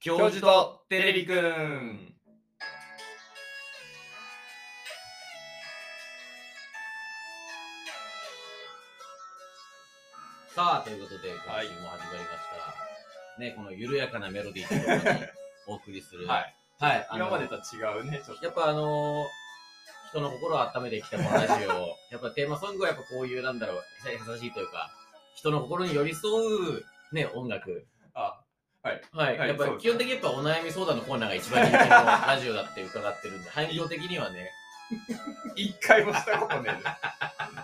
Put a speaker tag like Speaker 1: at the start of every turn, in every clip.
Speaker 1: 教授とテレビくん。
Speaker 2: さあ、ということで、今
Speaker 1: はい
Speaker 2: 週も始まりました。ね、この緩やかなメロディーとともにお送りする。
Speaker 1: はい。
Speaker 2: はい。あの
Speaker 1: 今までとは違うね、ちょっと。
Speaker 2: やっぱあのー人の心を温めてきたこのラジ オ。やっぱテーマソングはやっぱこういう、なんだろう、優しいというか、人の心に寄り添う、ね、音楽。
Speaker 1: あ、
Speaker 2: はい。
Speaker 1: はい
Speaker 2: やっぱ
Speaker 1: そうです
Speaker 2: 基本的にやっぱお悩み相談のコーナーが一番人気のラジオだって伺ってるんで、反響的にはね、
Speaker 1: 一回もしたこと ねえです。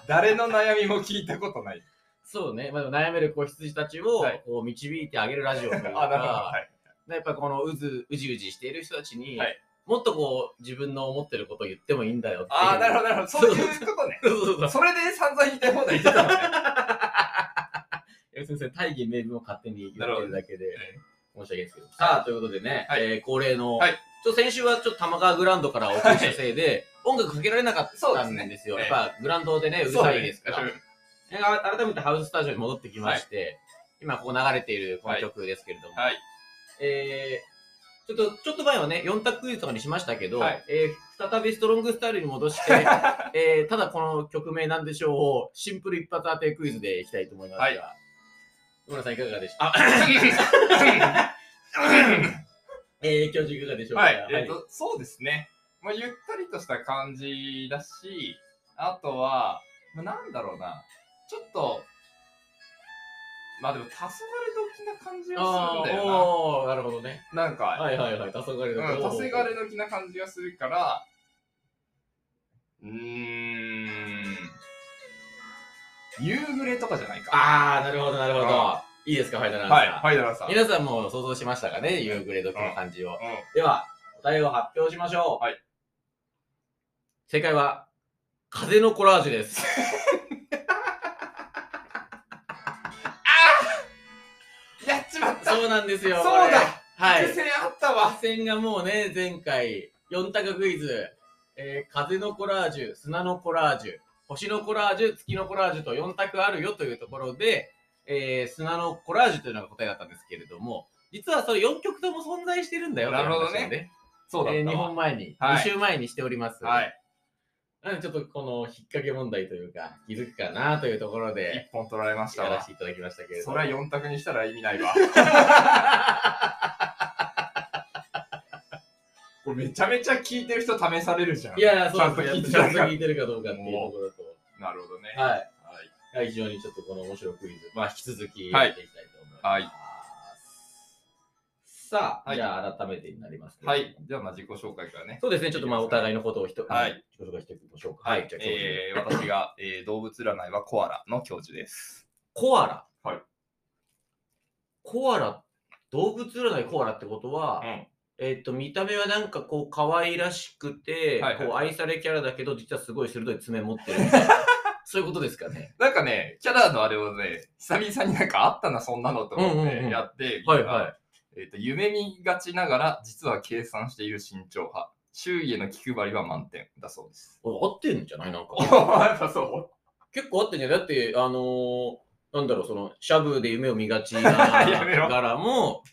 Speaker 1: 誰の悩みも聞いたことない。
Speaker 2: そうね、まあ、でも悩める子羊たちを
Speaker 1: はい
Speaker 2: こう導いてあげるラジオという
Speaker 1: あ、な
Speaker 2: か、
Speaker 1: るほど。はい。
Speaker 2: やっぱこのうずうじうじしている人たちに、
Speaker 1: はい
Speaker 2: もっとこう自分の思ってることを言ってもいいんだよっていう。
Speaker 1: あー、なるほど、なるほど。そういうことね。
Speaker 2: そうそうそう
Speaker 1: それで散々言いたい放題言ってたの ね。
Speaker 2: いや先生、大義名分を勝手に言ってるだけで
Speaker 1: る、
Speaker 2: 申し訳ないですけど。さあ、ということでね、
Speaker 1: はい
Speaker 2: えー恒例の、
Speaker 1: はい
Speaker 2: ちょっと先週はちょっと玉川グラウンドからお送りしたせいで、音楽かけられなかったんですよ。
Speaker 1: そうですね
Speaker 2: やっぱグラウンドでね、うる
Speaker 1: そう
Speaker 2: さ
Speaker 1: だ
Speaker 2: い
Speaker 1: ね
Speaker 2: ですから。えー改めてハウススタジオに戻ってきまして、今ここ流れているこの曲ですけれども、
Speaker 1: はい。
Speaker 2: えーちょっと、ちょっと前はね、4択クイズとかにしましたけど、
Speaker 1: はい
Speaker 2: えー再びストロングスタイルに戻 して、えーただこの曲名なんでしょうを、シンプル一発当てクイズでいきたいと思いますが、
Speaker 1: はい
Speaker 2: 野村さんいかがでしょうか えー、教授いかがでしょうか
Speaker 1: はい、えっと、そうですね。まあ、ゆったりとした感じだし、あとは、まあ、なんだろうな、ちょっと、まあでも、黄昏時な感じ
Speaker 2: あ
Speaker 1: がするんだ
Speaker 2: ー
Speaker 1: よ
Speaker 2: おーなるほどね。
Speaker 1: な。なんか、
Speaker 2: はいはいはい、黄昏
Speaker 1: うん、
Speaker 2: の
Speaker 1: 黄
Speaker 2: 方法
Speaker 1: 昏時な感じがするから、うーん、夕暮れとかじゃないか。
Speaker 2: あー、なるほどなるほど
Speaker 1: あ。
Speaker 2: いいですか、ファイナルアンサー。
Speaker 1: はい、ファイナルアンサー。
Speaker 2: 皆さんも想像しましたかね、夕暮れ時の感じ
Speaker 1: う
Speaker 2: を。
Speaker 1: ん
Speaker 2: では、お題を発表しましょう。
Speaker 1: はい
Speaker 2: 正解は、風のコラージュです。
Speaker 1: やっちまった
Speaker 2: そうなんですよ。
Speaker 1: そうだ
Speaker 2: これはい
Speaker 1: 伏。線あったわ
Speaker 2: 和線がもうね、前回、4択クイズ、えー風のコラージュ、砂のコラージュ、星のコラージュ、月のコラージュと4択あるよというところで、えー砂のコラージュというのが答えだったんですけれども、実はそれ4曲とも存在してるんだよ
Speaker 1: なるほどね
Speaker 2: という話をね
Speaker 1: そうだっ
Speaker 2: え
Speaker 1: た
Speaker 2: 2
Speaker 1: わ
Speaker 2: 本。前に、
Speaker 1: はい
Speaker 2: 2週前にしております。
Speaker 1: はい。
Speaker 2: なのでちょっとこの引っ掛け問題というか、気づくかなというところで、
Speaker 1: 一本取られました
Speaker 2: やら
Speaker 1: わ
Speaker 2: せ。ていただきましたけれど
Speaker 1: そ
Speaker 2: も。
Speaker 1: れは4択にしたら意味 ないわ。これめちゃめちゃ聞いてる人試されるじゃん。
Speaker 2: いや、そう
Speaker 1: ちゃんと聞いて
Speaker 2: ちゃん
Speaker 1: る
Speaker 2: と
Speaker 1: から
Speaker 2: 聞いてるかどうかっていうところと。
Speaker 1: なるほどね。
Speaker 2: はい。
Speaker 1: はい
Speaker 2: はい、非常にちょっとこの面白いクイズ、まあ、引き続き
Speaker 1: はい
Speaker 2: やっていきたいと思います。
Speaker 1: はい
Speaker 2: さあ、
Speaker 1: はい
Speaker 2: じゃあ改めてになりますけど
Speaker 1: はい。じゃあ、まあ自己紹介からね。
Speaker 2: そうですね、ちょっとまあ
Speaker 1: いい
Speaker 2: お
Speaker 1: ですか
Speaker 2: 互いのことをひと、
Speaker 1: はい、
Speaker 2: 自己紹介していきましょうか。じゃあ、
Speaker 1: えー、私が、えー動物占いはコアラの教授です。
Speaker 2: コアラ。
Speaker 1: はい
Speaker 2: コアラ、動物占いコアラってことは、
Speaker 1: ん。
Speaker 2: えっと、見た目はなんかこう、可愛らしくて、
Speaker 1: はいはい
Speaker 2: こう愛されキャラだけど、実はすごい鋭い爪持ってるみた いな。そういうことですかね。
Speaker 1: なんかね、キャラのあれをね、久々になんかあったな、そんなのと思
Speaker 2: う
Speaker 1: っ
Speaker 2: んうんうん
Speaker 1: てやって、
Speaker 2: はいはい。
Speaker 1: えっ、と、夢見がちながら、実は計算している慎重派。周囲への気配りは満点だそう です。
Speaker 2: お合ってんじゃないなんか。
Speaker 1: やっぱそう
Speaker 2: 結構あってね、だって、あのーなんだろう、その、シャブで夢を見がちな
Speaker 1: やめろ
Speaker 2: 柄も、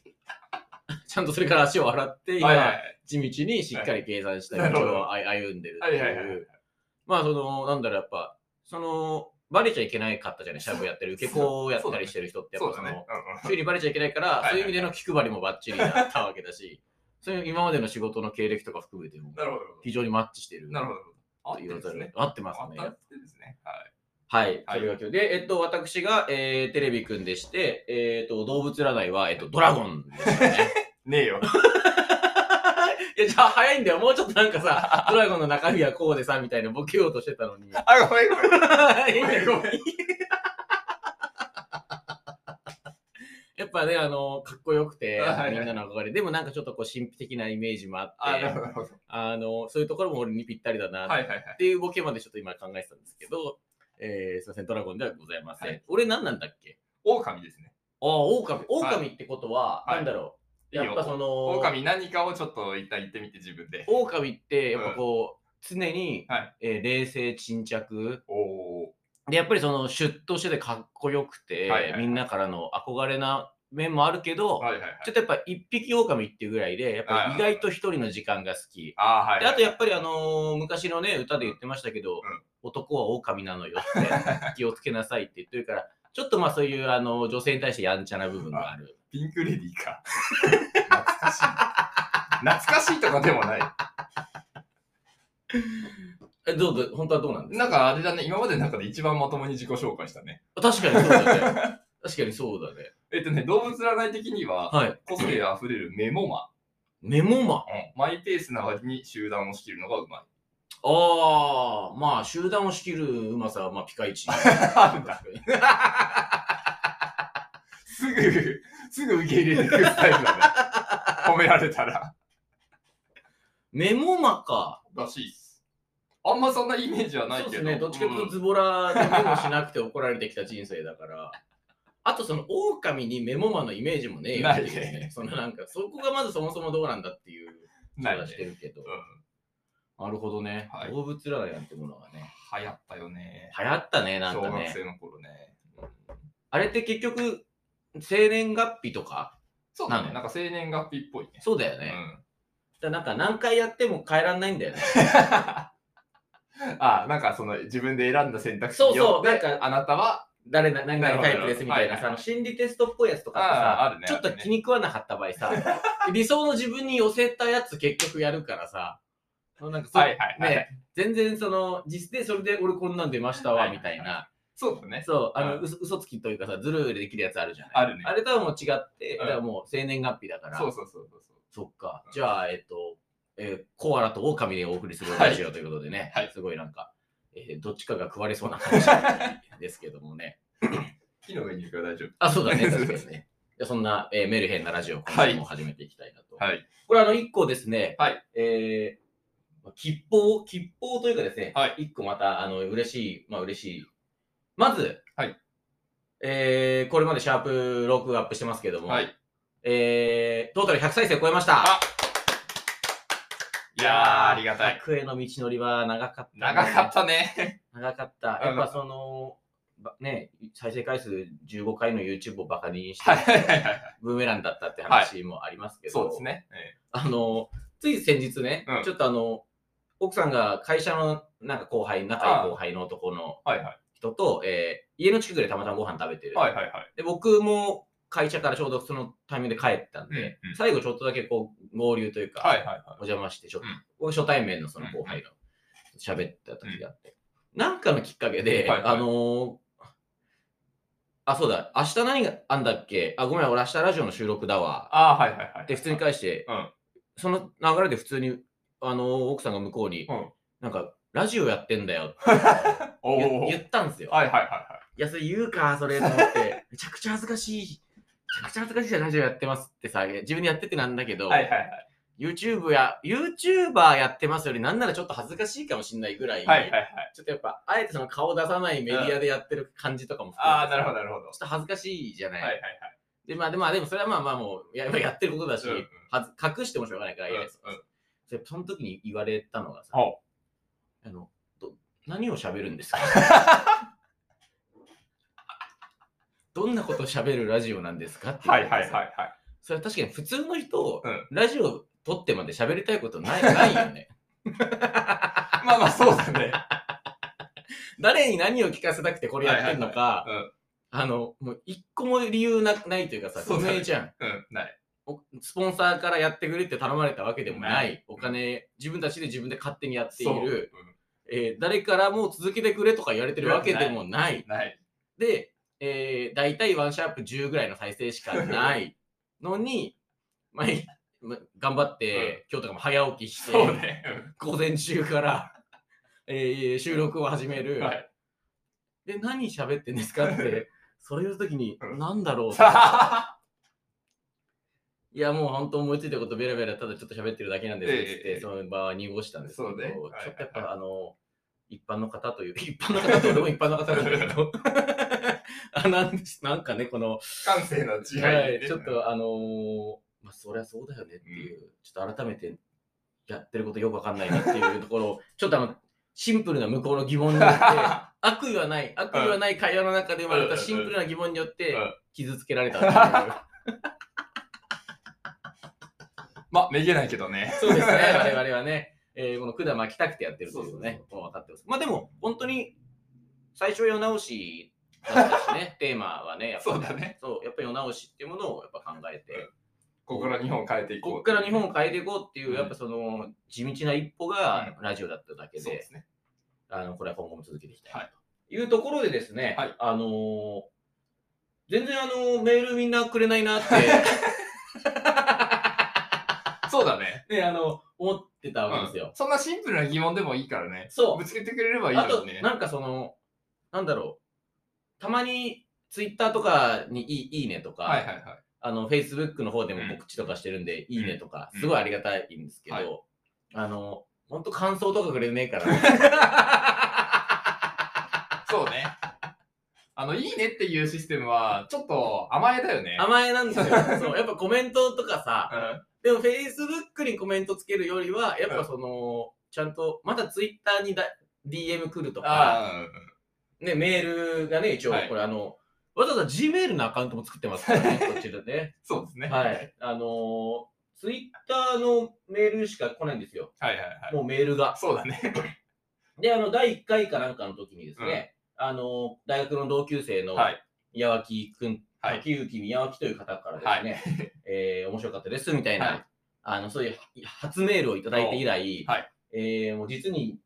Speaker 2: ちゃんとそれから足を洗って、
Speaker 1: はいは
Speaker 2: 今、
Speaker 1: い。
Speaker 2: 地道にしっかり計算した
Speaker 1: はい
Speaker 2: 道をあい歩んでるって
Speaker 1: はいはいはい
Speaker 2: い
Speaker 1: は
Speaker 2: う。まあ、その、なんだろう、やっぱ、その、バレちゃいけないかったじゃない、シャブやってる、受け子をやったりしてる人って、や
Speaker 1: そ
Speaker 2: っ
Speaker 1: う
Speaker 2: ぱそ
Speaker 1: だ
Speaker 2: の、
Speaker 1: ね。うんうん
Speaker 2: 周囲にバレちゃいけないから、
Speaker 1: はい
Speaker 2: そういう意味での気配りもバッチリだったわけ だし、そういう今までの仕事の経歴とか含めても、
Speaker 1: なるほど。
Speaker 2: 非常にマッチしてる。
Speaker 1: なるほど。あ
Speaker 2: と言わざるを得ない
Speaker 1: ね。
Speaker 2: 合ってます
Speaker 1: あっ
Speaker 2: ね。
Speaker 1: たってですね。はい。
Speaker 2: はい、
Speaker 1: はい
Speaker 2: それが今日で、えっと、私が、えー、テレビくんでして、えー、っと、動物占いは、えっと、ドラゴンでした ね。
Speaker 1: ねえよ。
Speaker 2: いや、じゃあ早いんだよ。もうちょっとなんかさ、ドラゴンの中身はこうでさ、みたいなボケようとしてたのに。
Speaker 1: あ、ごめんごめん。ごめ
Speaker 2: いや
Speaker 1: ん
Speaker 2: いや
Speaker 1: ごめん。
Speaker 2: やっぱね、あの、かっこよくて
Speaker 1: あはいは、い
Speaker 2: みんなの憧れ。でもなんかちょっとこう、神秘的なイメージもあって、
Speaker 1: あ、な
Speaker 2: あ
Speaker 1: るほどなるほど。
Speaker 2: の、そういうところも俺にぴったりだな、
Speaker 1: はいはいはい。
Speaker 2: っていうボケまでちょっと今考えてたんですけど、えー、すいません、ドラゴンではございません。
Speaker 1: はい
Speaker 2: 俺何なんだっけ
Speaker 1: 狼ですね。
Speaker 2: ああ、狼。狼ってことは、
Speaker 1: はい
Speaker 2: なんだろう。
Speaker 1: はい
Speaker 2: やっぱその、
Speaker 1: 狼何かをちょっと一旦言ってみて自分で。
Speaker 2: 狼ってやっぱこう、常に、
Speaker 1: はい
Speaker 2: えー冷静沈着
Speaker 1: おお
Speaker 2: でやっぱりそのシュッとしててかっこよくて、
Speaker 1: はいはいはい
Speaker 2: みんなからの憧れな面もあるけど、
Speaker 1: はいはいはい。
Speaker 2: ちょっとやっぱ一匹狼っていうぐらいで、やっぱり意外と一人の時間が好き。
Speaker 1: ああ、はい、
Speaker 2: であとやっぱりあのー昔のね、歌で言ってましたけど、
Speaker 1: ん
Speaker 2: 男は狼なのよって 気をつけなさいって言ってるから、ちょっとまあそういうあの女性に対してやんちゃな部分がある。
Speaker 1: ピンクレディーか。懐かしい。懐かしいとかでもない。
Speaker 2: え、どうぞ、本当はどうなんです
Speaker 1: なんかあれだね、今までの中で一番まともに自己紹介したね。
Speaker 2: か確かにそうだ ね。確かにそうだね。
Speaker 1: えっとね、動物占い的には、
Speaker 2: はい。
Speaker 1: 個性あふれるメモマ。
Speaker 2: メモマン。
Speaker 1: マイペースな割に集団を仕切るのがうまい。
Speaker 2: ああ、まあ集団を仕切るうまさはまあピカイ チ。
Speaker 1: あるんだ
Speaker 2: 確かに
Speaker 1: すぐ、すぐ受け入れてくるスタイルだね。褒められたら。
Speaker 2: メモマか。
Speaker 1: らしいっす。あんまそんなイメージはない
Speaker 2: そう
Speaker 1: け
Speaker 2: で
Speaker 1: ど。
Speaker 2: すね、どっちかというと
Speaker 1: うん
Speaker 2: ズボラでメモしなくて怒られてきた人生だから。あとその狼にメモマのイメージもねえよっていう
Speaker 1: ないね
Speaker 2: ね。そのなんかそこがまずそもそもどうなんだっていう気
Speaker 1: ない
Speaker 2: が
Speaker 1: ね
Speaker 2: してるけど。
Speaker 1: う
Speaker 2: なるほどね、
Speaker 1: はい
Speaker 2: 動物占いなんてものがね。
Speaker 1: ん流行ったよね。
Speaker 2: 流行ったね、なん
Speaker 1: 小
Speaker 2: か
Speaker 1: 学
Speaker 2: ね。
Speaker 1: 生の頃ね。うん
Speaker 2: あれって結局、生年月日とか
Speaker 1: そうだ
Speaker 2: なの
Speaker 1: ね。なんか生年月日っぽいね。
Speaker 2: そうだよね。だからなんか何回やっても変えらんないんだよね。
Speaker 1: うん、あなんかその自分で選んだ選択肢
Speaker 2: そう
Speaker 1: に
Speaker 2: そ
Speaker 1: よ
Speaker 2: う
Speaker 1: って
Speaker 2: なんか
Speaker 1: あなたは
Speaker 2: 誰な何々タイプですみたい
Speaker 1: なるほどなるほど
Speaker 2: な
Speaker 1: はいはい
Speaker 2: さ、あの心理テストっぽいやつとかって
Speaker 1: あーあ
Speaker 2: さ、
Speaker 1: るね
Speaker 2: ちょっと気に食わなかった 場合さ、理想の自分に寄せたやつ結局やるからさ、そのなんかそう
Speaker 1: はいはいはい
Speaker 2: ね、全然その、実でそれで俺こんなん出ました
Speaker 1: は
Speaker 2: わ
Speaker 1: いはい
Speaker 2: みたいな、
Speaker 1: そうだね。
Speaker 2: そう、あの、
Speaker 1: うん
Speaker 2: 嘘嘘つきというかさ、ずるいでできるやつあるじゃない。
Speaker 1: あるね
Speaker 2: あれとはもう違って、
Speaker 1: うん
Speaker 2: だからもう生年月日だから、
Speaker 1: そうそうそうそうそう。
Speaker 2: そっか
Speaker 1: う。ん
Speaker 2: じゃあ、えっと、えーコアラとオオカミでお送りする
Speaker 1: はい
Speaker 2: ラジオということでね、
Speaker 1: はい
Speaker 2: すごいなんか、えーどっちかが食われそうな感じですけどもね。
Speaker 1: 木の上に行くから大丈夫。
Speaker 2: あ、そう だね、確かにね。じゃあそんな、えーメルヘンなラジオ、今週も始めていきたいなと。
Speaker 1: はい。
Speaker 2: これ、あの、一個ですね、
Speaker 1: はい。
Speaker 2: えー、まあ吉報、吉報というかですね、
Speaker 1: はい
Speaker 2: 一個また、あの、嬉しい、まあ、嬉しい。まず、
Speaker 1: はい。
Speaker 2: えー、これまでシャープ6アップしてますけども、
Speaker 1: はい。
Speaker 2: えー、トータル100再生超えました。
Speaker 1: あいやー、ありがたい。
Speaker 2: 100への道のりは長かった、
Speaker 1: 長かったね。
Speaker 2: た。長かった。やっぱその、ばね、再生回数15回の YouTube をバカにして、
Speaker 1: はいはいはいはい。
Speaker 2: ブーメランだったって話もありますけど、
Speaker 1: そうですね。え
Speaker 2: あの、つい先日ね、
Speaker 1: うん
Speaker 2: ちょっとあの、奥さんが会社のなんか後輩、仲いい後輩の男の
Speaker 1: えはいはい。
Speaker 2: 人と、えー家の近くでたまたまご飯食べてる。
Speaker 1: はいはいはい。
Speaker 2: で僕も会社からちょうどそのタイミングで帰ったんで、
Speaker 1: うんうん
Speaker 2: 最後ちょっとだけこう合流というか、
Speaker 1: はいはいはい。
Speaker 2: お邪魔してちょっと、
Speaker 1: うん
Speaker 2: 僕初対面のその後輩の喋った時があって、なんかのきっかけで、
Speaker 1: はいはい
Speaker 2: あのーあ、そうだ、明日何があんだっけあ、ごめん、俺明日ラジオの収録だわ。
Speaker 1: あーはいはいはい。
Speaker 2: で、普通に返して、
Speaker 1: うん
Speaker 2: その流れで普通に、あのー奥さんが向こうに、
Speaker 1: うん
Speaker 2: なんか、ラジオやってんだ よって
Speaker 1: お
Speaker 2: 言
Speaker 1: お。はい
Speaker 2: 言ったんですよ。
Speaker 1: はいはいはい
Speaker 2: や、それ言うか、それと 思って、めちゃくちゃ恥ずかしい。めちゃくちゃ恥ずかしいじゃん、ラジオやってますってさ、自分でやっててなんだけど、
Speaker 1: い。はいはいはい。
Speaker 2: YouTube や、YouTuber やってますより、なんならちょっと恥ずかしいかもしんないぐらい、
Speaker 1: はいはいはい。
Speaker 2: ちょっとやっぱ、あえてその顔出さないメディアでやってる感じとかも含めて
Speaker 1: ああ、なるほどなるほど。
Speaker 2: ちょっと恥ずかしいじゃない。
Speaker 1: はいはいはい。
Speaker 2: で、まあでも、まあでもそれはまあまあもう、ややってることだし、
Speaker 1: うんうん
Speaker 2: はず隠してもしょうがないから、いやそ
Speaker 1: うんうん
Speaker 2: それその時に言われたのがさ、
Speaker 1: ほ
Speaker 2: あのど何を喋るんです かどんなこと喋るラジオなんですかって言
Speaker 1: は
Speaker 2: わ
Speaker 1: い
Speaker 2: れてさ
Speaker 1: はいはいはい。
Speaker 2: それは確かに普通の人、
Speaker 1: うん
Speaker 2: ラジオ撮ってまで喋りたいことないないよ ね。
Speaker 1: まあまあそうだね。
Speaker 2: 誰に何を聞かせたくてこれやってんの
Speaker 1: は
Speaker 2: か、
Speaker 1: いはいはい
Speaker 2: あの、もう一個も理由なないというかさ、
Speaker 1: そう
Speaker 2: 不
Speaker 1: だね
Speaker 2: 明じゃん。
Speaker 1: うん、ない。
Speaker 2: おスポンサーからやってくれって頼まれたわけでもない、
Speaker 1: な
Speaker 2: お金、自分たちで自分で勝手にやってい
Speaker 1: そう
Speaker 2: る、えー誰からも続けてくれとか言われてるわけでもない。
Speaker 1: うんない。
Speaker 2: で、えー、大体ワンシャープ10ぐらいの再生しかないのに、 まあ、いま頑張って、今日とかも早起きして、
Speaker 1: そうね。
Speaker 2: 午前中から、 えー収録を始め
Speaker 1: う
Speaker 2: る。
Speaker 1: ん はい。
Speaker 2: で、何喋ってんですか って、それ言うときに、
Speaker 1: うん
Speaker 2: なんだろう っていや、もう本当思いついたことベラベラただちょっと喋ってるだけなんですって言って、
Speaker 1: ええええ
Speaker 2: その場は濁したんですけど、
Speaker 1: そうねはい
Speaker 2: ちょっとやっぱ、あの、一般の方という、一般の方と俺も一般の方なんだ けど、あなんですなんかね、この、
Speaker 1: 感性の違いね、
Speaker 2: はい、ちょっとあのーまあ、そりゃそうだよねっていう、ちょっと改めてやってることよくわかんないなっていうと ころを、ちょっとあの、シンプルな向こうの疑問によって、悪意はない、悪意はない会話の中で生まれたシンプルな疑問によって
Speaker 1: うん
Speaker 2: 傷つけられたっていう。
Speaker 1: まあ、めげないけどね。
Speaker 2: そう ですね、我々はね、えーこの管巻きたくてやってるというのね、もう分かってます。まあでも、本当に、最初は世直し だったしね、テーマはね、やっぱ
Speaker 1: そうだね。
Speaker 2: そう、やっぱり世直しっていうものをやっぱ考えて、
Speaker 1: ここから日本を変えていこう。
Speaker 2: こっから日本を変えていこうっていう、
Speaker 1: うん
Speaker 2: やっぱその、地道な一歩
Speaker 1: うん
Speaker 2: が、やっぱラジオだっただけ
Speaker 1: そうで
Speaker 2: で、
Speaker 1: すね。
Speaker 2: あの、これは今後も続けていきたいな
Speaker 1: は
Speaker 2: というところでですね、
Speaker 1: はい
Speaker 2: あのー全然あのメールみんなくれないなって、
Speaker 1: そうだね。
Speaker 2: ね、あの、思ってたわけですよ。
Speaker 1: そんなシンプルな疑問でもいいからね。
Speaker 2: そう
Speaker 1: ぶ。つけてくれればいい
Speaker 2: あ
Speaker 1: の
Speaker 2: と
Speaker 1: にね、。
Speaker 2: なんかその、なんだろう、たまにツイッターとかにいいいいねとか、
Speaker 1: はいはいはい。
Speaker 2: あの、Facebook の方でも
Speaker 1: うん
Speaker 2: 告知とかしてるんで、いいねとか、
Speaker 1: うん
Speaker 2: すごいありがたいんですけど、
Speaker 1: はい
Speaker 2: あの、ほんと感想とかくれねえから、
Speaker 1: そうね。あの、いいねっていうシステムは、ちょっと甘えだよね。
Speaker 2: 甘えなんですよ。そう、やっぱコメントとかさ、
Speaker 1: うん
Speaker 2: でも Facebook にコメントつけるよりは、やっぱその、ちゃんと、また Twitter にだ DM 来るとか、
Speaker 1: あ
Speaker 2: ね、メールがね、一応、
Speaker 1: はい
Speaker 2: これあの、わざわざ Gmail のアカウントも作ってますから ね、こちらでね。
Speaker 1: あ、そうですね。はい
Speaker 2: はい。あのー、ツイッターのメールしか来ないんですよ。
Speaker 1: はいはい。
Speaker 2: もうメールが。
Speaker 1: そうだね。
Speaker 2: で、あの、第1回かなんかの時にですね、あのー、大学の同級生の
Speaker 1: はい。
Speaker 2: 宮脇くん、
Speaker 1: はい
Speaker 2: 秋雪宮脇という方からですね、 えー面白かったですみたいな、
Speaker 1: はい
Speaker 2: あの、そういう初メールをいただいて以来、
Speaker 1: はい
Speaker 2: えーもう実に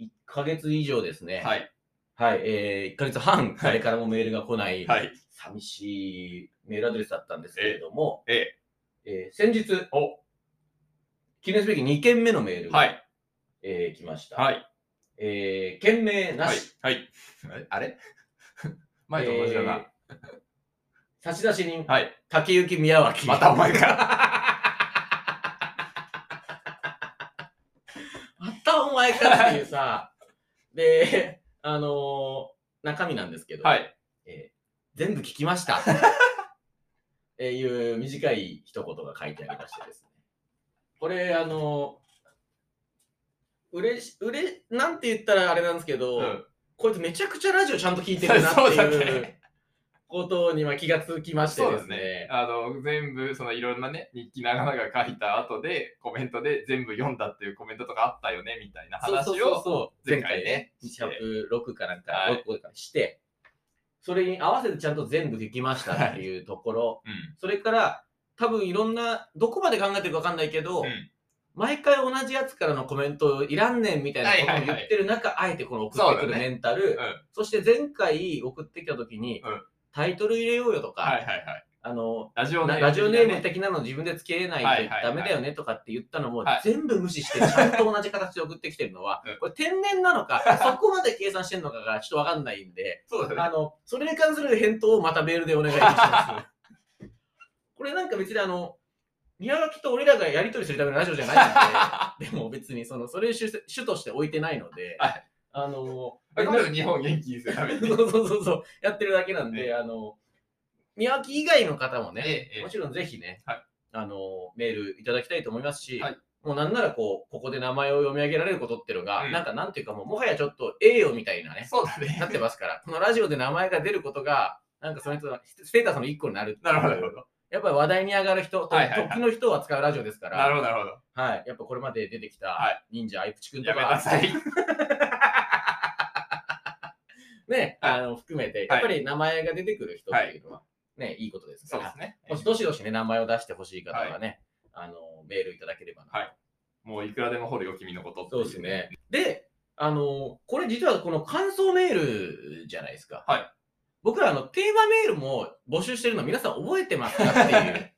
Speaker 2: 1ヶ月以上ですね、
Speaker 1: はい。
Speaker 2: はい、え1ヶ月半、誰からもメールが来ない、
Speaker 1: はい。
Speaker 2: 寂しいメールアドレスだったんですけれども、
Speaker 1: ええ
Speaker 2: えー先日、
Speaker 1: お
Speaker 2: 記念すべき2件目のメールが、
Speaker 1: はい。
Speaker 2: えー来ました。
Speaker 1: はい。
Speaker 2: えー件名な
Speaker 1: はい
Speaker 2: し、。
Speaker 1: はい。あれ 前と同じだな。
Speaker 2: えー差出人、
Speaker 1: はい。
Speaker 2: 竹雪宮 脇。
Speaker 1: またお前か。
Speaker 2: またお前かっていうさ、で、あのー中身なんですけど、
Speaker 1: はい。
Speaker 2: えー全部聞きました。えーいう短い一言が書いてありましてですね。これ、あのー、うれし、うれ、なんて言ったらあれなんですけど、
Speaker 1: うん
Speaker 2: こいつめちゃくちゃラジオちゃんと聞いてるなって
Speaker 1: そうだ
Speaker 2: いう
Speaker 1: ね
Speaker 2: ことには気がつきまして
Speaker 1: そう
Speaker 2: で
Speaker 1: ですすね
Speaker 2: ね。。
Speaker 1: あの、全部、そのいろんなね、日記長々書いた後で、コメントで全部読んだっていうコメントとかあったよね、みたいな
Speaker 2: そう
Speaker 1: 話
Speaker 2: そうそう
Speaker 1: を。
Speaker 2: そう前
Speaker 1: 前
Speaker 2: 回
Speaker 1: 回
Speaker 2: ね
Speaker 1: ね、
Speaker 2: 206かなんか、
Speaker 1: はい
Speaker 2: 6かして、それに合わせてちゃんと全部聞きましたっていうところ、
Speaker 1: うん。
Speaker 2: それから、多分いろんな、どこまで考えてるかわかんないけど、
Speaker 1: うん
Speaker 2: 毎回同じやつからのコメントいらんねんみたいなことを言ってる中、あえてこの送ってく
Speaker 1: そう
Speaker 2: る
Speaker 1: だね
Speaker 2: メンタル、そして前回送ってきた時に、
Speaker 1: うん
Speaker 2: タイトル入れようよとか、
Speaker 1: はいはいはい。
Speaker 2: あの、
Speaker 1: ラジオネー
Speaker 2: な
Speaker 1: ム。
Speaker 2: ラジオネーム的なの自分でつけない
Speaker 1: はい
Speaker 2: とダ
Speaker 1: はい
Speaker 2: メ
Speaker 1: はい
Speaker 2: だよねとかって言ったのも
Speaker 1: はい
Speaker 2: 全部無視してちゃんと同じ形で送ってきてるのは
Speaker 1: うん、
Speaker 2: これ天然なのか、そこまで計算してるのかがちょっとわかんないんで、
Speaker 1: そうだね。
Speaker 2: あの、それに関する返答をまたメールでお願い します。これなんか別にあの、宮脇と俺らがやり取りするためのラジオじゃ ないんで、でも別にその、それを主主として置いてないので、
Speaker 1: はい
Speaker 2: あの、
Speaker 1: あこれ日本元気にするために。
Speaker 2: そうそうそうそう、やってるだけなんで、
Speaker 1: え
Speaker 2: あの、宮脇以外の方もね、
Speaker 1: ええ
Speaker 2: もちろんぜひね、
Speaker 1: はい
Speaker 2: あの、メールいただきたいと思いますし、
Speaker 1: はい
Speaker 2: もうなんならこう、ここで名前を読み上げられることっていうのが、
Speaker 1: うん
Speaker 2: なんかなんていうかもう、もはやちょっと栄誉みたいなね、
Speaker 1: そうだ ね
Speaker 2: な。ってますから、このラジオで名前が出ることが、なんかその人のステータスの一個 になるっていう
Speaker 1: なるほどなるほど。
Speaker 2: やっぱり話題に上がる人、と
Speaker 1: はいはいはい
Speaker 2: 時の人を扱うラジオですか
Speaker 1: なる
Speaker 2: ら、
Speaker 1: ほど、なるほど。
Speaker 2: はい、やっぱこれまで出てき
Speaker 1: は
Speaker 2: た忍者アイプチ君と
Speaker 1: やめな
Speaker 2: か、
Speaker 1: さい。
Speaker 2: ね、
Speaker 1: はい
Speaker 2: あの含めて、やっぱり名前が出てくる人っていうのは、ね、いいことです
Speaker 1: そ
Speaker 2: か
Speaker 1: うで
Speaker 2: ら、
Speaker 1: すね。
Speaker 2: もしどしどしね、名前を出してほしい方はね、あの、メールいただければな。
Speaker 1: はいもういくらでも掘るよ、君のことってい
Speaker 2: そうです。ね。で、あの、これ実はこの感想メールじゃないですか。
Speaker 1: はい
Speaker 2: 僕らあの、テーマメールも募集してるの皆さん覚えてますかっていう。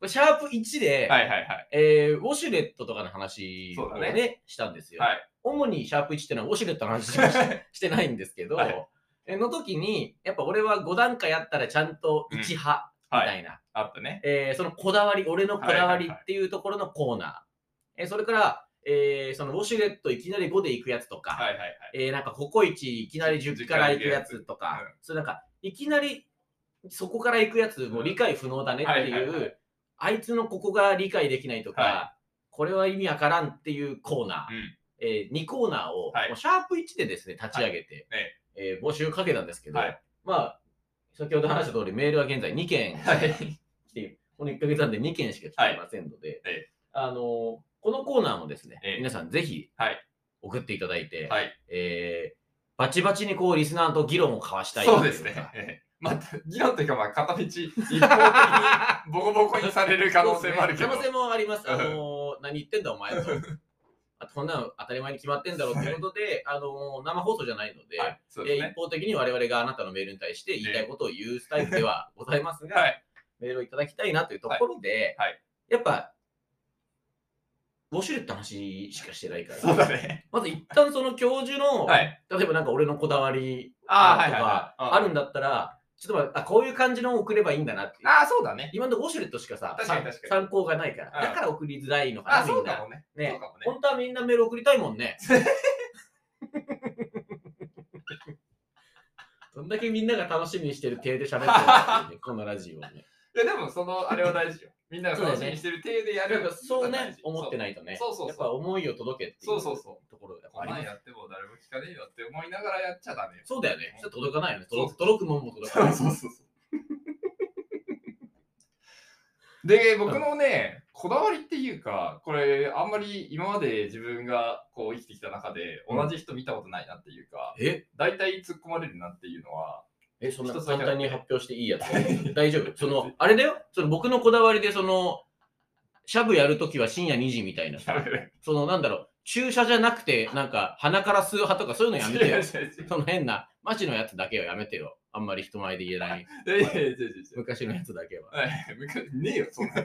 Speaker 2: これシャープ1で、
Speaker 1: はいはいはい。
Speaker 2: えーウォシュレットとかの話
Speaker 1: そう
Speaker 2: を
Speaker 1: だ
Speaker 2: ね、
Speaker 1: ね
Speaker 2: したんですよ。
Speaker 1: はい
Speaker 2: 主にシャープ1ってのはウォシュレットの話しかししてないんですけど、
Speaker 1: はい
Speaker 2: えの時に、やっぱ俺は5段階あったらちゃんと1派み
Speaker 1: は
Speaker 2: た
Speaker 1: い。
Speaker 2: いな、
Speaker 1: あったね。
Speaker 2: えーそのこだわり、俺のこだわりっていうところのコーナー。えーそれから、えーそのウォシュレットいきなり5で行くやつとか、
Speaker 1: はいはいはい。
Speaker 2: えーなんかココイチいきなり10から行くやつとか、
Speaker 1: う
Speaker 2: そうなんかいきなりそこから行くやつも理解不能だねっていう、
Speaker 1: はいはいは
Speaker 2: あいつのここが理解できないとか、
Speaker 1: は
Speaker 2: これは意味わからんっていうコーナー、
Speaker 1: うん
Speaker 2: え2コーナーを、
Speaker 1: はい
Speaker 2: もうシャープ1でですね立ち上げて、
Speaker 1: はいね
Speaker 2: えー募集かけたんですけど、
Speaker 1: はい
Speaker 2: まあ先ほど話した通りメールは現在2件
Speaker 1: はい
Speaker 2: 来て、この1ヶ月半で2件しか来ていませんので、
Speaker 1: ええ
Speaker 2: あのこのコーナーもですね、
Speaker 1: ええ
Speaker 2: 皆さんぜひ
Speaker 1: はい
Speaker 2: 送っていただいて、
Speaker 1: はい。
Speaker 2: えーバチバチにこうリスナーと議論を交わしたい
Speaker 1: そうですね
Speaker 2: といか。
Speaker 1: ええまた、議論というか、まあ、片道、一方的にボコボコにされる可能性もあるけど。
Speaker 2: 可能性もあります。
Speaker 1: うん
Speaker 2: あの何言ってんだお前 と。あこんなの当たり前に決まってんだろうということで、あの生放送じゃないので、
Speaker 1: はい、そう
Speaker 2: え
Speaker 1: です
Speaker 2: ー一
Speaker 1: ね。
Speaker 2: 方的に我々があなたのメールに対して言いたいことを言うスタイルではございますが、
Speaker 1: はい。
Speaker 2: メールをいただきたいなというところで、
Speaker 1: はいはい
Speaker 2: やっぱ、ウォシュレットの話しかしてないか
Speaker 1: そう
Speaker 2: ら、
Speaker 1: だね。
Speaker 2: まず一旦その教授の、
Speaker 1: はい。
Speaker 2: 例えばなんか俺のこだわりと
Speaker 1: ああ、はいはい
Speaker 2: か
Speaker 1: はい。
Speaker 2: あるんだったら、ちょっとまああこういう感じのを送ればいいんだなっていう。
Speaker 1: ああ、そうだね。
Speaker 2: 今のとこウォシュレットしかさ、
Speaker 1: 確かに確かに
Speaker 2: 参考がないから、
Speaker 1: うん
Speaker 2: だから送りづらいのか
Speaker 1: あ
Speaker 2: な、
Speaker 1: あ、
Speaker 2: み
Speaker 1: そ
Speaker 2: ん
Speaker 1: うか
Speaker 2: な。
Speaker 1: もね。
Speaker 2: ね
Speaker 1: そうかもね。
Speaker 2: 本当はみんなメール送りたいも んね。どんだけみんなが楽しみにしてる体で喋ってるんだ っていうね、このラジオをね。
Speaker 1: いや、でも、その、あれは大事よ。みんなが楽しみにしてる体でや
Speaker 2: な
Speaker 1: る
Speaker 2: んか。そうね、思って
Speaker 1: い。
Speaker 2: ないとね。
Speaker 1: そうそうそう
Speaker 2: やっぱ思いを届けってい
Speaker 1: そうそうそ
Speaker 2: ところがやっぱ
Speaker 1: こ
Speaker 2: あ
Speaker 1: ん
Speaker 2: り
Speaker 1: な
Speaker 2: ま
Speaker 1: ん
Speaker 2: す。
Speaker 1: やっても誰も聞かねえよって思いながらやっちゃダメよ。
Speaker 2: そうだよね。ちょっと届かないよね。
Speaker 1: そう
Speaker 2: 届く届くもんも届か
Speaker 1: そ
Speaker 2: な
Speaker 1: う
Speaker 2: い。
Speaker 1: そうそうそう。で、僕のね、こだわりっていうか、これ、あんまり今まで自分がこう生きてきた中で、
Speaker 2: うん
Speaker 1: 同じ人見たことないなっていうか、
Speaker 2: え
Speaker 1: 大体突っ込まれるなっていうのは、
Speaker 2: え、そんな
Speaker 1: 一つだ
Speaker 2: 簡
Speaker 1: け
Speaker 2: 単に発表していいや つ大丈夫その、あれだよその僕のこだわりで、その、シャブやるときは深夜2時みたいなさ。そのなんだろう、注射じゃなくて、なんか鼻から吸う派とかそういうのやめて よ。その変な、マジのやつだけはやめてよ。あんまり人前で言えない、
Speaker 1: いやいやいやいやいやいや
Speaker 2: 昔のやつだけは。
Speaker 1: はい昔ねえよ、そんな。で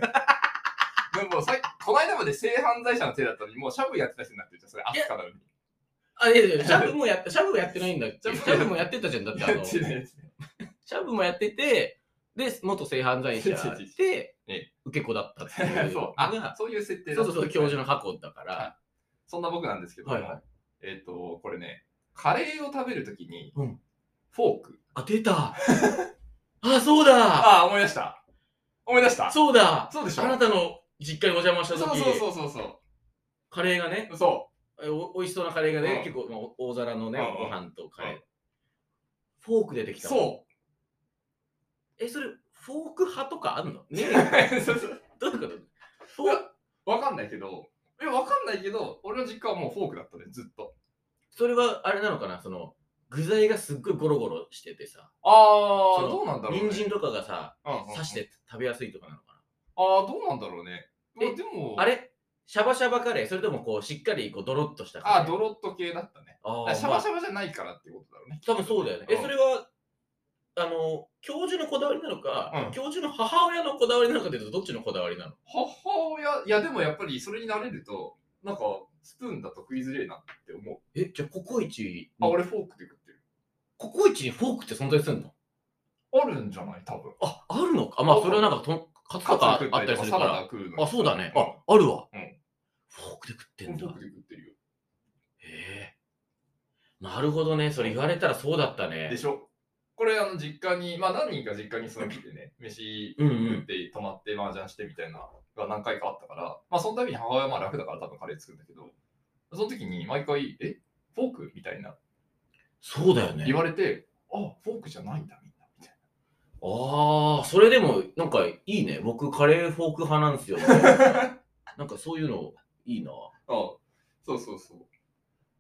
Speaker 1: もさっき、この間まで性犯罪者の手だったのに、もうシャブやってた人になってるじゃん、それ、アスカなのに。
Speaker 2: あ、いやいや、シャブもやっシャブやってないんだ って。シ
Speaker 1: シャブ
Speaker 2: ャブもやってたじゃん。だってあ
Speaker 1: や
Speaker 2: の、
Speaker 1: っ
Speaker 2: シ
Speaker 1: てないやつね
Speaker 2: ャブもやってて、で、元性犯罪 者
Speaker 1: 違
Speaker 2: で
Speaker 1: う違う違う、
Speaker 2: 受け子だったって いう
Speaker 1: そう
Speaker 2: の
Speaker 1: あ
Speaker 2: が、
Speaker 1: そういう設定
Speaker 2: そうそうそう、教
Speaker 1: 授
Speaker 2: 授の箱だから。
Speaker 1: そんな僕なんですけども、
Speaker 2: はいはい
Speaker 1: えっ、と、これね、カレーを食べるときに、
Speaker 2: うん
Speaker 1: フォーク。
Speaker 2: あ、出た あ、そうだ
Speaker 1: ああ、思い出した。思い出した。
Speaker 2: そうだ
Speaker 1: そうでしょ
Speaker 2: あなたの実家にお邪魔した
Speaker 1: そう
Speaker 2: 時
Speaker 1: そうそうそうそ
Speaker 2: カレーがね、
Speaker 1: う。そ
Speaker 2: えお美味しそうなカレーがね、
Speaker 1: うん
Speaker 2: 結構、まあ、お大皿のね、
Speaker 1: うん
Speaker 2: ご
Speaker 1: うん
Speaker 2: 飯とカレー、
Speaker 1: うん
Speaker 2: フォーク出て
Speaker 1: う。
Speaker 2: きたう
Speaker 1: そ
Speaker 2: えそれフォーク派とかあ んのね
Speaker 1: う。
Speaker 2: え
Speaker 1: そうそう
Speaker 2: どういうことフォーク
Speaker 1: わかんないけど、え、わかんないけど、俺の実家はもうフォークだったね、ずっと。
Speaker 2: それはあれなのかなその具材がすっごいゴロゴロしててさ
Speaker 1: あ
Speaker 2: そ
Speaker 1: あ、
Speaker 2: の
Speaker 1: どうなんだろう、ね。
Speaker 2: 人参とかがさ
Speaker 1: うんうんうん
Speaker 2: 刺して食べやすいとかなのか
Speaker 1: ああ、どうなんだろうね。
Speaker 2: え
Speaker 1: え、でも、
Speaker 2: なあれシャバシャバカレーそれともこうしっかりこうドロッとしたカレー
Speaker 1: あードロッと系だったね。
Speaker 2: あ
Speaker 1: だから
Speaker 2: ー
Speaker 1: シャバシ
Speaker 2: ま
Speaker 1: ャバじゃないからってことだろうね
Speaker 2: あ。多分そうだよねえ
Speaker 1: うん
Speaker 2: それはあの教授のこだわりなのか、
Speaker 1: うん
Speaker 2: 教授の母親のこだわりなのかというとどっちのこだわりなの
Speaker 1: 母親、いや、でもやっぱりそれに慣れると、なんか、スプーンだと食いづれえなって思う。
Speaker 2: え、じゃあココイチ、
Speaker 1: あ、俺フォークで食ってる。
Speaker 2: ココイチにフォークって存在するの
Speaker 1: あるんじゃない多分。
Speaker 2: あ、あるのか。あまあ、
Speaker 1: あ
Speaker 2: それはなんかとん、カツとかあったりする
Speaker 1: サ
Speaker 2: か
Speaker 1: ラダ
Speaker 2: ら。
Speaker 1: 食うの
Speaker 2: あ、そうだね。
Speaker 1: うん
Speaker 2: あ、あるわ。
Speaker 1: うん
Speaker 2: フォークで食って
Speaker 1: フォ
Speaker 2: んだ
Speaker 1: ー。クで食ってるよ。
Speaker 2: へえ。なるほどね。それ言われたらそうだったね。
Speaker 1: でしょこれ、あの、実家に、まあ何人か実家にその来てね、 飯
Speaker 2: うんう
Speaker 1: 食っ
Speaker 2: ん。
Speaker 1: て、泊まって、麻雀してみたいなのが何回かあったから、まあその度に母親はまあ楽だから多分カレー作るんだけど、その時に毎回、え、フォークみたいな
Speaker 2: そうだよね
Speaker 1: 言。われて、あ、フォークじゃないんだ、みんな。みたい
Speaker 2: ああ、それでも、なんかいいね。僕、カレーフォーク派なんです よ。なんかそういうの、いいな。
Speaker 1: な。あそうそうそう。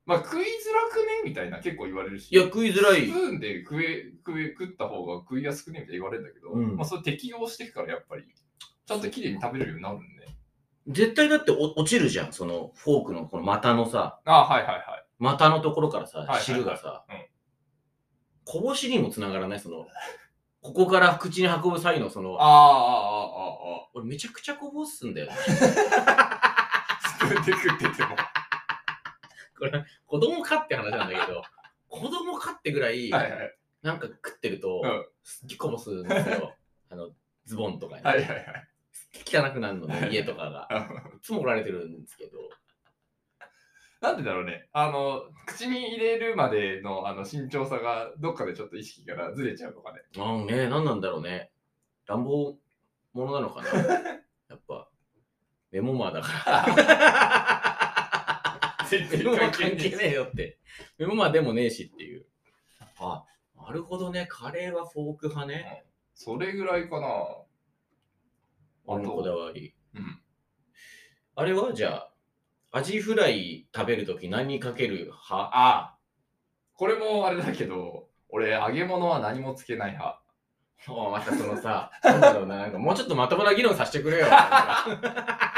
Speaker 1: まあ食いづらくねみたいな結構言われるし。
Speaker 2: いや、食いづらい
Speaker 1: スプ。ーンで食え食え食った方が食いやすくねみたいな言われるんだけど、
Speaker 2: うん
Speaker 1: まあ、それ適応していくからやっぱりちゃんと綺麗に食べれるようになるんで、
Speaker 2: 絶対だってお落ちるじゃん。その、フォークのこの股のさ。
Speaker 1: あはいはいはい
Speaker 2: 股のところからさ
Speaker 1: いはい、はい
Speaker 2: 汁がさ
Speaker 1: うん、
Speaker 2: こぼしにもつながらない、その、ここから口に運ぶ際の、その、
Speaker 1: あ
Speaker 2: 俺めちゃくちゃこぼすんだよね。
Speaker 1: あああああスプーンで食っててもは
Speaker 2: これ、子供かって話なん だけど、子供かってぐらい、
Speaker 1: いはいはい
Speaker 2: なんか食ってると
Speaker 1: うん、
Speaker 2: すっげえこぼすんですよ。あの、ズボンとかに。
Speaker 1: はいはい
Speaker 2: すっげえ汚くなるのね、家と かが。
Speaker 1: はい
Speaker 2: いつもおられてるんですけど。
Speaker 1: なんでだろうねあの口に入れるまでのあの慎重さがどっかでちょっと意識からずれちゃうとかね
Speaker 2: なんね、なんなんだろうね。乱暴者な のかなやっぱ、メモマー だから。
Speaker 1: 全
Speaker 2: メモマ関係ねえよって。メモマでもねえしっていう。あ、なるほどね。カレーはフォーク派ね。
Speaker 1: それぐらいかな
Speaker 2: 俺のこだわり。
Speaker 1: うん。
Speaker 2: あれはじゃあ、アジフライ食べるとき何にかける派
Speaker 1: ああ。これもあれだけど、俺、揚げ物は何もつけない派。
Speaker 2: もうまたそのさ、 なんだろうな、なんかもうちょっとまともな議論させてくれよ。なんか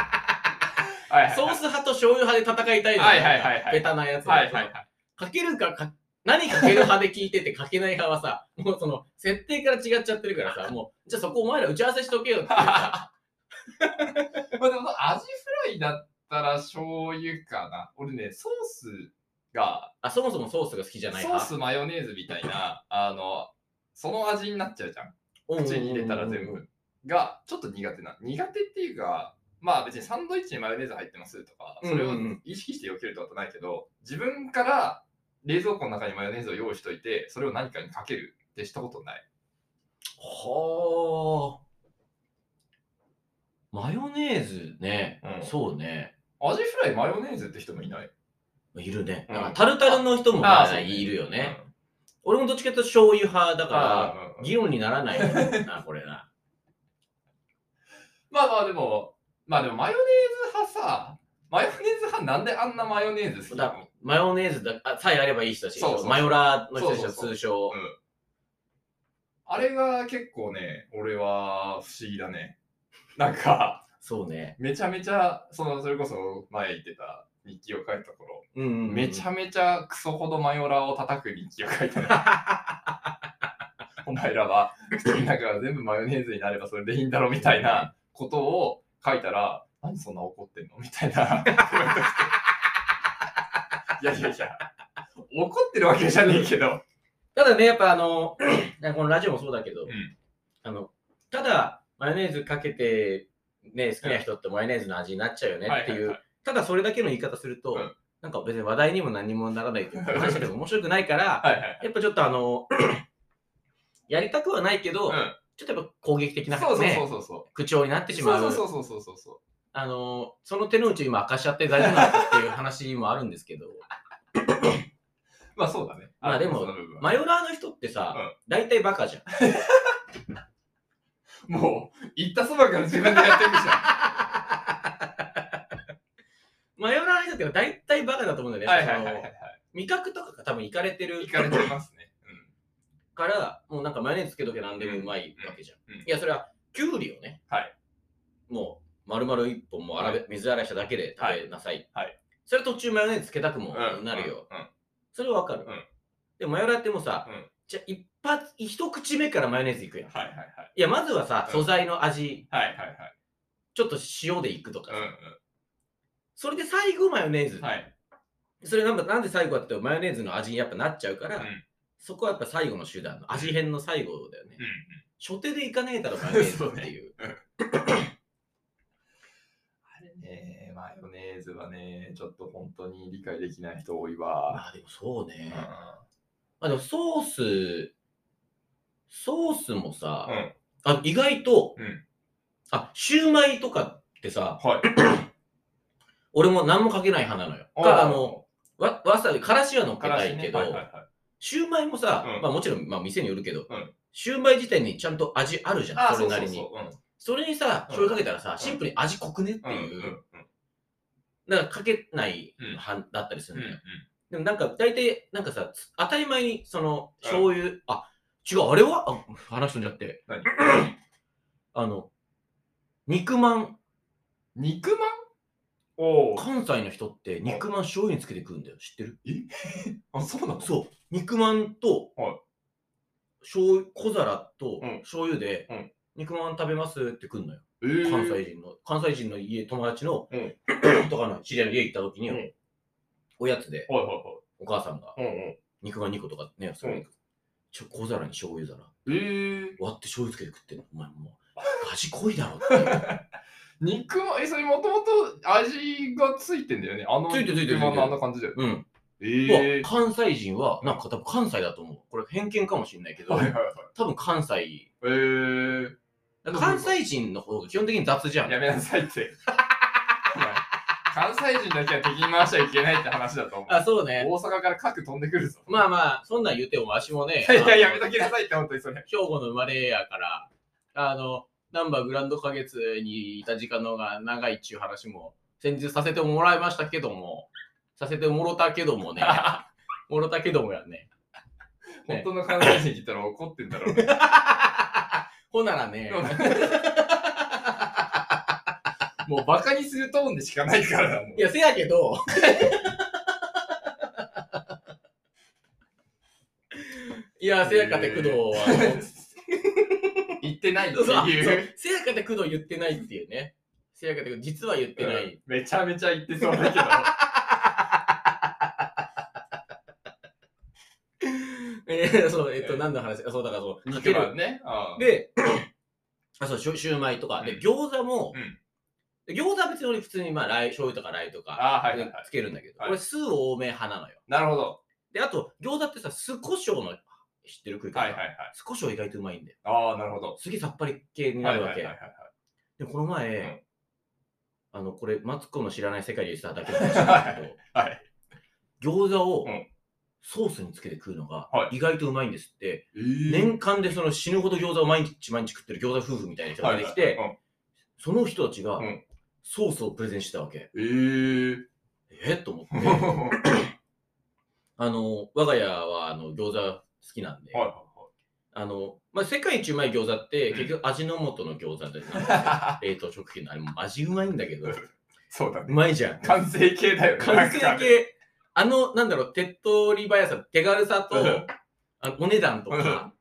Speaker 1: はい
Speaker 2: ソース派と醤油派で戦いたいの
Speaker 1: はいはいはいはい
Speaker 2: ベタなやつを
Speaker 1: はいはいはい。
Speaker 2: かけるかか、何かける派で聞いててかけない派はさ、もうその、設定から違っちゃってるか らさ、もう、じゃあそこお前ら打ち合わせしとけよっていうさ
Speaker 1: まあでもアジフライだったら醤油かな。俺ね、ソースが、
Speaker 2: あ、そもそもソースが好きじゃない
Speaker 1: ソー
Speaker 2: 派。
Speaker 1: スマヨネーズみたい な、あの、その味になっちゃうじゃん。
Speaker 2: うんうんうんうん
Speaker 1: 口に入れたら全部。が、ちょっと苦手な。苦手っていうか、まあ別にサンドイッチにマヨネーズ入ってますとか、それを
Speaker 2: うんうん
Speaker 1: 意識して避けるってことはないけど、自分から冷蔵庫の中にマヨネーズを用意しといて、それを何かにかけるってしたことない。
Speaker 2: はあ。マヨネーズね、
Speaker 1: うん
Speaker 2: そうね。
Speaker 1: アジフライマヨネーズって人もいない。
Speaker 2: いるね。
Speaker 1: うん
Speaker 2: なんかタルタルの人もね
Speaker 1: ああそうね
Speaker 2: いるよね。俺もどっちかというと醤油派だ
Speaker 1: あ
Speaker 2: か
Speaker 1: あ
Speaker 2: ら、議論にならないよ ねな、これな。
Speaker 1: まあまあでも、まあでもマヨネーズ派さ、マヨネーズ派なんであんなマヨネーズ好きなの
Speaker 2: マヨネーズだあさえあればいい人たち
Speaker 1: そうそうそう
Speaker 2: マヨラーの人たち
Speaker 1: そう
Speaker 2: の
Speaker 1: そうそう
Speaker 2: 通称。
Speaker 1: あれが結構ね、俺は不思議だね。なんか、
Speaker 2: そうね。
Speaker 1: めちゃめちゃ、その、それこそ前言ってた日記を書いた頃、
Speaker 2: うんうんうん
Speaker 1: めちゃめちゃクソほどマヨラーを叩く日記を書いたね。お前らは、口の中が全部マヨネーズになればそれでいいんだろみたいなことを書いたら、何そんな怒ってんのみたいな。いやいやいや、怒ってるわけじゃねえけど。
Speaker 2: ただね、やっぱあの、 なんかこのラジオもそうだけど、
Speaker 1: うん
Speaker 2: あの、ただ、マヨネーズかけて、ね、好きな人ってマヨネーズの味になっちゃうよねっていう、
Speaker 1: はは
Speaker 2: ただそれだけの言い方すると、
Speaker 1: うん
Speaker 2: なんか別に話題にも何にもならない というか、話しても面白くないから、
Speaker 1: はいはいはい。
Speaker 2: やっぱちょっとあの、 やりたくはないけど、
Speaker 1: うん
Speaker 2: ちょっとやっぱ攻撃的な、ね、
Speaker 1: そうそうそうそうそう。
Speaker 2: 口調になってしまう。
Speaker 1: そうそうそうそうそうそう。
Speaker 2: あの、その手の内を今明かしちゃって大丈夫なのかっていう話もあるんですけど、
Speaker 1: まあそうだね。
Speaker 2: まあでも
Speaker 1: その部分は
Speaker 2: マヨラーの人ってさ、
Speaker 1: うん
Speaker 2: 大体バカじゃん。
Speaker 1: もう、行ったそばから自分でやってるじゃ
Speaker 2: マヨラーの人って大体バカだと思うんだよね。
Speaker 1: ん。はいはいはいはい
Speaker 2: そ
Speaker 1: は
Speaker 2: の味覚とかが多分いかれて
Speaker 1: い。
Speaker 2: る
Speaker 1: 行かれてますね。
Speaker 2: から、もうなんかマヨネーズつけとけなんでもうまいわけじゃん。
Speaker 1: うんうん
Speaker 2: いや、それは、きゅうりをね、
Speaker 1: はい
Speaker 2: もう丸々一本も洗べ、水洗いしただけで食べなさい。
Speaker 1: はいは
Speaker 2: それは途中マヨネーズつけたくも
Speaker 1: うん。うん
Speaker 2: なるよ。。
Speaker 1: うん。
Speaker 2: それはわかる。
Speaker 1: うん
Speaker 2: でもマヨラーってもうさ、
Speaker 1: うん
Speaker 2: じゃあ一発、一口目からマヨネーズいくやん。い
Speaker 1: はいはいはい。
Speaker 2: や、まずはさ、
Speaker 1: うん
Speaker 2: 素材の味、
Speaker 1: はいはい
Speaker 2: ちょっと塩でいくとかさ、
Speaker 1: はい。
Speaker 2: それで最後マヨネーズ。
Speaker 1: うん。はい。
Speaker 2: それなんかなんで最後かっていうとマヨネーズの味にやっぱなっちゃうから、
Speaker 1: うん
Speaker 2: そこはやっぱ最後の手段の、味変の最後だよね。
Speaker 1: うん。
Speaker 2: 初手でいかねえだろ、マヨネーズっ ていう。
Speaker 1: あれね、マヨネーズはね、ちょっと本当に理解できない人多いわ。
Speaker 2: まあでもそうね。ま
Speaker 1: う
Speaker 2: あでもソース、ソースもさ、
Speaker 1: ん。うん
Speaker 2: あ意外と、
Speaker 1: うん
Speaker 2: あ、シューマイとかってさ、
Speaker 1: はい。
Speaker 2: 俺も何もかけない派なのよ。
Speaker 1: おー
Speaker 2: かあの、わ、わさび、からしは乗っけ
Speaker 1: から
Speaker 2: た
Speaker 1: し
Speaker 2: い
Speaker 1: ね
Speaker 2: けど、
Speaker 1: はいはいはい
Speaker 2: シューマイもさ、
Speaker 1: うん
Speaker 2: まあもちろん、まあ店によるけど、
Speaker 1: うん
Speaker 2: シューマイ自体にちゃんと味あるじゃ
Speaker 1: あ
Speaker 2: ん、
Speaker 1: ー、そ
Speaker 2: それ
Speaker 1: うそ
Speaker 2: な
Speaker 1: う
Speaker 2: りに。
Speaker 1: そ
Speaker 2: それにさ、
Speaker 1: うん
Speaker 2: 醤油かけたらさ、シンプルに味濃くねって
Speaker 1: う。うん。うん。
Speaker 2: いうう、
Speaker 1: ん。うん。
Speaker 2: だからかけない派だったりす
Speaker 1: う
Speaker 2: る
Speaker 1: ん
Speaker 2: のよ。でもなんか大体、なんかさ、つ当たり前に、その、
Speaker 1: うん
Speaker 2: 醤油、あ、違う、あれはあ話飛んじゃって。
Speaker 1: 何
Speaker 2: あの、肉まん、
Speaker 1: 肉まんおー
Speaker 2: 関西の人って肉まん醤油につけて食うんだよ。知ってる
Speaker 1: あ、そうなの
Speaker 2: そう。肉まんと、
Speaker 1: はい
Speaker 2: 醤油、小皿と
Speaker 1: うん
Speaker 2: 醤油で、
Speaker 1: うん
Speaker 2: 肉まん食べますって食うんだよ。
Speaker 1: えー
Speaker 2: 関西人の、関西人の家、友達の、
Speaker 1: うん
Speaker 2: とかの知り合いの家行った時に、
Speaker 1: うん
Speaker 2: おやつで、
Speaker 1: はいは
Speaker 2: お母さんが
Speaker 1: いはい。うんうん。
Speaker 2: 肉まん2個とかね、それにちょ小皿に醤油皿、
Speaker 1: えー、
Speaker 2: 割って醤油つけて食ってんの。お前も う、味濃いだろって。
Speaker 1: 肉まん、え、それもともと味がついてんだよね。あの、
Speaker 2: ついてるついてる
Speaker 1: 肉まんの
Speaker 2: ついてる
Speaker 1: あんな感じだよ。
Speaker 2: うん。
Speaker 1: え
Speaker 2: うわ関西人は、なんか多分関西だと思う。これ偏見かもしれないけど、
Speaker 1: はいはいはい。
Speaker 2: 多分関西、
Speaker 1: えー、
Speaker 2: 関西人の方が基本的に雑じゃん。
Speaker 1: やめなさい って。お前関西人だけは敵に回しちゃいけないって話だと思う。
Speaker 2: あ、そうね。
Speaker 1: 大阪から核飛んでくるぞ。
Speaker 2: まあまあ、そんなん言ってもわしもね、
Speaker 1: いやいや、やめ
Speaker 2: あ の
Speaker 1: ときなさいって、本当にそれ。
Speaker 2: 兵庫の生まれやから、あの、ナンバーグランド花月にいた時間の方が長いっちゅう話も先日させてもらいましたけども、させてもろたけど もね、もろたけどもやね。
Speaker 1: 本当の関西人聞いたら怒ってんだろうね。
Speaker 2: ほならね、
Speaker 1: もうバカにするトーンでしかないから。もう
Speaker 2: いや、せやけど、 いや、せやかて工藤は、
Speaker 1: 言ってないっ
Speaker 2: あ
Speaker 1: て
Speaker 2: のそう
Speaker 1: い。
Speaker 2: そううせやかて工藤言ってないっていうね。せやかて工藤実は言ってない。
Speaker 1: うんめちゃめちゃ言ってそうだけど。
Speaker 2: えーそう、え
Speaker 1: え
Speaker 2: っと、
Speaker 1: ー
Speaker 2: 何の話あそう、だからそう、かけ
Speaker 1: 肉ま
Speaker 2: る。
Speaker 1: んね。うん
Speaker 2: で、あそうシュ、シューマイとか。で、
Speaker 1: うん
Speaker 2: 餃子も
Speaker 1: うん、
Speaker 2: で餃子は別に俺普通に、まあ、ラー油醤油とかラー油とか、
Speaker 1: あーはいはいはい
Speaker 2: つけるんだけど、
Speaker 1: はい
Speaker 2: 俺、酢多め派なのよ。
Speaker 1: なるほど。
Speaker 2: で、あと、餃子ってさ、酢胡椒の、知ってる食い方。
Speaker 1: はいはいはい。
Speaker 2: 酢胡椒意外とうまいんだよ。
Speaker 1: ああ、なるほど。
Speaker 2: すげえさっぱり系にな
Speaker 1: はい
Speaker 2: る
Speaker 1: は
Speaker 2: わ
Speaker 1: いはいは
Speaker 2: け
Speaker 1: い。。
Speaker 2: で、この前、
Speaker 1: うん
Speaker 2: あの、これ、マツコの知らない世界でしただけの話なんだけど、
Speaker 1: はい。
Speaker 2: 餃子を
Speaker 1: うん
Speaker 2: ソースにつけて食うのが
Speaker 1: は
Speaker 2: 意外とうまいんですって、
Speaker 1: えー
Speaker 2: 年間でその死ぬほど餃子を毎日毎日食ってる餃子夫婦みたいな人が出てきて、、その人たちが
Speaker 1: うん
Speaker 2: ソースをプレゼンしてたわけ。
Speaker 1: え ー、
Speaker 2: えっと思って、 あの、我が家はあの餃子好きなんで、
Speaker 1: は
Speaker 2: あの、まあ、世界一うまい餃子って
Speaker 1: うん
Speaker 2: 結局味の素の餃子で、
Speaker 1: い は
Speaker 2: 冷凍食品のあれも味うまいんだけ
Speaker 1: う
Speaker 2: ど、
Speaker 1: ん
Speaker 2: う
Speaker 1: い。そうだね。
Speaker 2: まいじゃん。
Speaker 1: 完成形だよね。
Speaker 2: 完成
Speaker 1: なんか
Speaker 2: 形、あの、なんだろう、手っ取り早さ、手軽さと
Speaker 1: うん、
Speaker 2: あのお値段とか、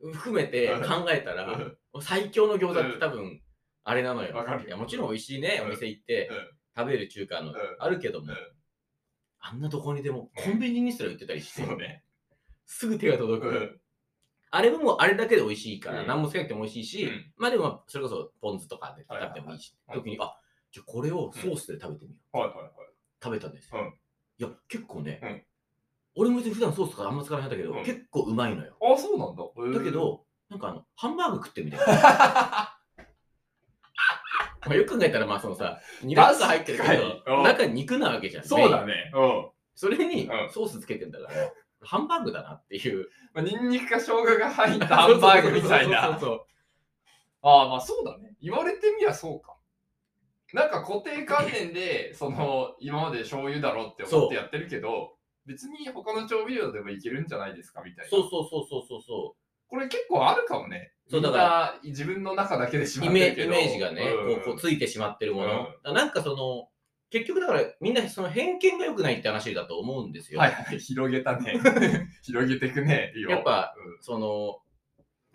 Speaker 2: 含めて考えたら、最強の餃子って多分、あれなのよ
Speaker 1: わか。る
Speaker 2: いや、もちろん美味しいね、
Speaker 1: うん
Speaker 2: お店行って
Speaker 1: うん、
Speaker 2: 食べる中華の
Speaker 1: ん
Speaker 2: あるけど
Speaker 1: う
Speaker 2: も
Speaker 1: ん、
Speaker 2: あんなとこにでも、コンビニにすら売ってたりして
Speaker 1: そ、うね。
Speaker 2: すぐ手が届
Speaker 1: う
Speaker 2: く。
Speaker 1: ん
Speaker 2: あれももうあれだけで美味しいから、
Speaker 1: うん
Speaker 2: 何もつけなくても美味しいし、
Speaker 1: うん
Speaker 2: まあでも、それこそポン酢とかで食べてもいいし、
Speaker 1: はいはい
Speaker 2: 時に、あ、じゃあこれをソースで食べてみよう。
Speaker 1: はいはいはい。
Speaker 2: 食べたんですよ。
Speaker 1: うん
Speaker 2: いや、結構ね、
Speaker 1: うん
Speaker 2: 俺も別に普段ソースとかあんま使わないんだけど、
Speaker 1: うん
Speaker 2: 結構うまいのよ。
Speaker 1: あ、そうなんだ。えー
Speaker 2: だけ、ど、なんかあの、ハンバーグ食っ てるみたいな。 まあよく考えたら、まあそのさ、ニラとか入ってるけ
Speaker 1: 確かにう
Speaker 2: ど、
Speaker 1: ん
Speaker 2: 中に肉なわけじゃん。
Speaker 1: そう
Speaker 2: メイ
Speaker 1: だ
Speaker 2: ン
Speaker 1: ね。うん。
Speaker 2: それに
Speaker 1: うん
Speaker 2: ソースつけてんだから、ハンバーグだなっていう。
Speaker 1: まあ、ニンニクか生姜が入ったハンバーグみたい
Speaker 2: そうそ
Speaker 1: な
Speaker 2: う。そうそう
Speaker 1: ああ、まあそうだね。言われてみりゃそうか。なんか固定観念 で、その、今まで醤油だろって思ってやってるけど、別に他の調味料でもいけるんじゃないですかみたいな。
Speaker 2: そうそうそうそうそうそ
Speaker 1: これ結構あるかもね。
Speaker 2: そう
Speaker 1: みん
Speaker 2: だ
Speaker 1: な
Speaker 2: か
Speaker 1: 自分の中だけでし
Speaker 2: う。
Speaker 1: ま
Speaker 2: イ
Speaker 1: っ
Speaker 2: メ
Speaker 1: てる
Speaker 2: イ
Speaker 1: けど。
Speaker 2: メージがね、
Speaker 1: うん
Speaker 2: こうこうついてしまってるもの。
Speaker 1: うん
Speaker 2: だからなんかその、結局だからみんなその偏見が良くないって話だと思うんですよ。
Speaker 1: はいはい、広げたね。 広げてくね。いいよ
Speaker 2: やっぱ、
Speaker 1: う
Speaker 2: その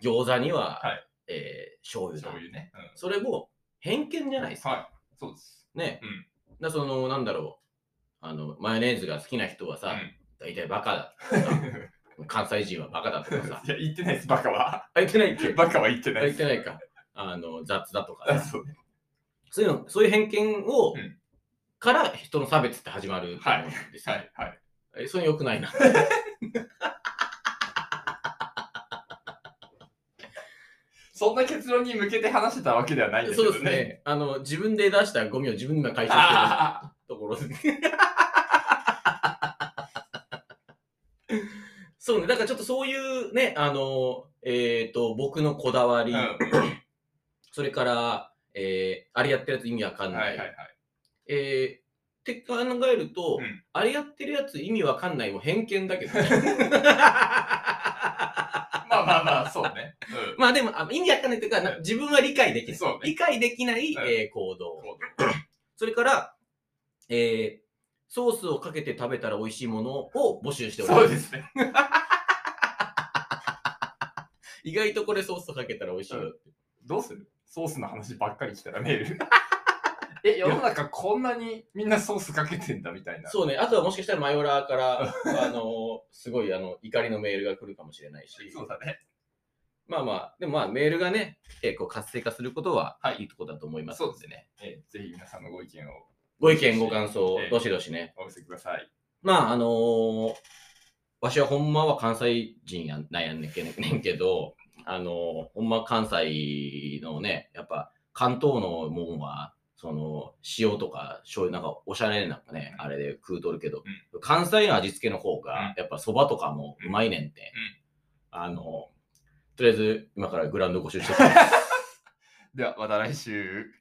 Speaker 2: 餃子には、
Speaker 1: は
Speaker 2: えー醤
Speaker 1: ん、
Speaker 2: 油だ
Speaker 1: 醤油ね、うん。
Speaker 2: それも偏見じゃないですか、
Speaker 1: はい、そうです。
Speaker 2: ね、
Speaker 1: うん
Speaker 2: だそのなんだろうあのマヨネーズが好きな人はさ、大体バカだ
Speaker 1: う
Speaker 2: とかさ関西人はバカだとかさ
Speaker 1: ん、いや、言ってないです、バカは。
Speaker 2: あ言ってないっけ
Speaker 1: バカは言ってない
Speaker 2: 言
Speaker 1: で
Speaker 2: っ
Speaker 1: す。
Speaker 2: てないかあの雑だとか
Speaker 1: あ
Speaker 2: さ
Speaker 1: そうね
Speaker 2: そういうのそういう偏見を、
Speaker 1: うん
Speaker 2: から人の差別って始まると思うんですよ、
Speaker 1: はい、はい。
Speaker 2: えそれ良くないな。
Speaker 1: そんな結論に向けて話してたわけではないんですけ
Speaker 2: そう
Speaker 1: ど
Speaker 2: です
Speaker 1: ね。
Speaker 2: ね。あの、自分で出したゴミを自分が回収してる
Speaker 1: あ
Speaker 2: ところで。 そうね、だからちょっとそういうね、あの、えっ、と、僕のこだわり、
Speaker 1: ーうん
Speaker 2: それから、えーあれやってるやつ意味わかん
Speaker 1: は
Speaker 2: ない。
Speaker 1: いはいはい。
Speaker 2: えーって考えると、
Speaker 1: うん
Speaker 2: あれやってるやつ意味わかんないも偏見だけ ど
Speaker 1: ま
Speaker 2: ね。
Speaker 1: あまあまあ、そうね。うん
Speaker 2: まあでも、あ意味わかんないというか、な自分は理解できない。
Speaker 1: そうね
Speaker 2: 理解できない、
Speaker 1: うん
Speaker 2: えー行動。
Speaker 1: こ
Speaker 2: それから、えーソースをかけて食べたら美味しいものを募集して
Speaker 1: う。
Speaker 2: お
Speaker 1: そう
Speaker 2: ります。
Speaker 1: ですね。
Speaker 2: 意外とこれソースかけたら美味しいよって。
Speaker 1: どうするソースの話ばっかり来たらメール。 え、世の中こんなにみんなソースかけてんだみたいな。
Speaker 2: そうね。あとはもしかしたらマヨラーから、あの、すごい、あの、怒りのメールが来るかもしれないし。
Speaker 1: そうだね。
Speaker 2: まあまあ、でもまあ、メールがね、えーこう活性化することは
Speaker 1: はい
Speaker 2: いいとこだと思います。
Speaker 1: そうですね。えぜひ皆さんのご意見を
Speaker 2: ご意見、ご感想
Speaker 1: ええ、
Speaker 2: どしどしね。
Speaker 1: お寄せください。
Speaker 2: まあ、あのーわしはほんまは関西人やんなんやねんけねんけど、あのーほんま関西のね、やっぱ関東のもんは、その、塩とか醤油なんかおしゃれなんかね、あれで食うとるけど、関西の味付けの方が、やっぱそばとかもうまいねんって。あのーとりあえず、今からグラウンドご出してきます。
Speaker 1: では、また来週。